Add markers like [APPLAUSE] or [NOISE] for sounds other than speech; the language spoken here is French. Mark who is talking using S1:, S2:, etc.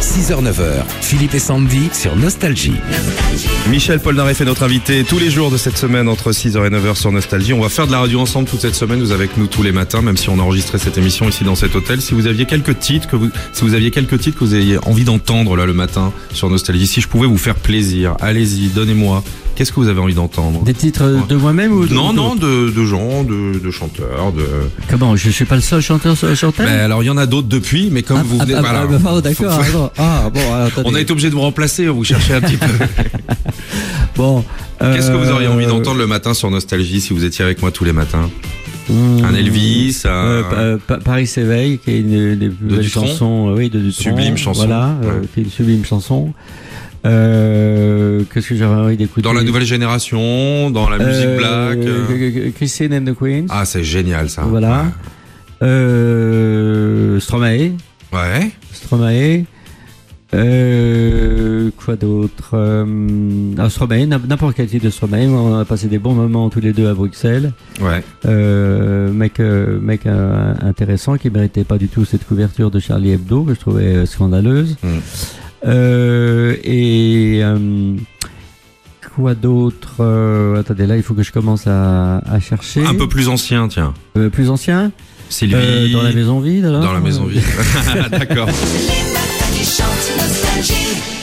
S1: 6h-9h, Philippe et Sandy sur Nostalgie.
S2: Michel Polnareff est notre invité tous les jours de cette semaine entre 6h et 9h sur Nostalgie. On va faire de la radio ensemble toute cette semaine. Vous avec nous tous les matins, même si on a enregistré cette émission ici dans cet hôtel. Si vous aviez quelques titres que vous, si vous aviez quelques titres que vous ayez envie d'entendre là le matin sur Nostalgie, si je pouvais vous faire plaisir, allez-y, donnez-moi. Qu'est-ce que vous avez envie d'entendre
S3: Des titres euh, de moi-même ou de
S2: Non, non, de, de gens, de, de chanteurs, de.
S3: Comment Je suis pas le seul chanteur sur
S2: Ben,
S3: chanteur
S2: alors il y en a d'autres depuis, mais comme
S3: Ah,
S2: vous
S3: ah,
S2: venez,
S3: ah,
S2: voilà.
S3: ah, bah, pardon, d'accord.
S2: Faut-
S3: attends. Ah, bon, alors, attendez.
S2: [LAUGHS] On a été obligé de vous remplacer. hein, Vous cherchez un petit peu.
S3: [LAUGHS] Bon.
S2: Qu'est-ce que vous auriez envie
S3: euh,
S2: d'entendre le matin sur Nostalgie si vous étiez avec moi tous les matins
S3: hmm,
S2: Un Elvis, un-
S3: euh, pa- euh, Pa- Paris s'éveille, qui est une des plus
S2: De
S3: belles
S2: Dutronc.
S3: chansons, euh, oui, de Dutronc.
S2: Sublime chanson.
S3: Voilà, euh,
S2: Ouais.
S3: qui est une sublime chanson. Euh, Qu'est-ce que j'aurais envie d'écouter
S2: Dans la nouvelle génération, dans la musique
S3: Euh,
S2: black. euh.
S3: euh, Christine and the Queens.
S2: Ah, c'est génial ça.
S3: Voilà. Euh, Stromae.
S2: Ouais.
S3: Stromae. Euh, quoi d'autre euh, ah, Stromae, n'im- n'importe quel titre de Stromae. On a passé des bons moments tous les deux à Bruxelles.
S2: Ouais.
S3: Euh, mec, euh, mec euh, intéressant qui méritait pas du tout cette couverture de Charlie Hebdo que je trouvais euh, scandaleuse.
S2: Mm.
S3: Euh, et euh, quoi d'autre Euh, Attendez, là il faut que je commence à, à chercher.
S2: Un peu plus ancien, tiens.
S3: Euh, plus ancien.
S2: Sylvie.
S3: Euh, [LAUGHS] dans la maison vide. Alors.
S2: Dans la maison vide. D'accord.
S4: Les matins qui chantent nostalgie.